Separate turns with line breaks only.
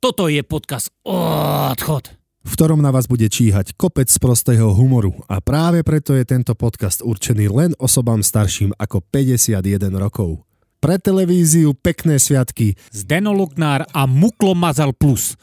Toto je podcast Odchod.
v ktorom na vás bude číhať kopec z prostého humoru a práve preto je tento podcast určený len osobám starším ako 51 rokov. Pre televíziu pekné sviatky
Zdeno Lugnár a Muklo Mazal Plus.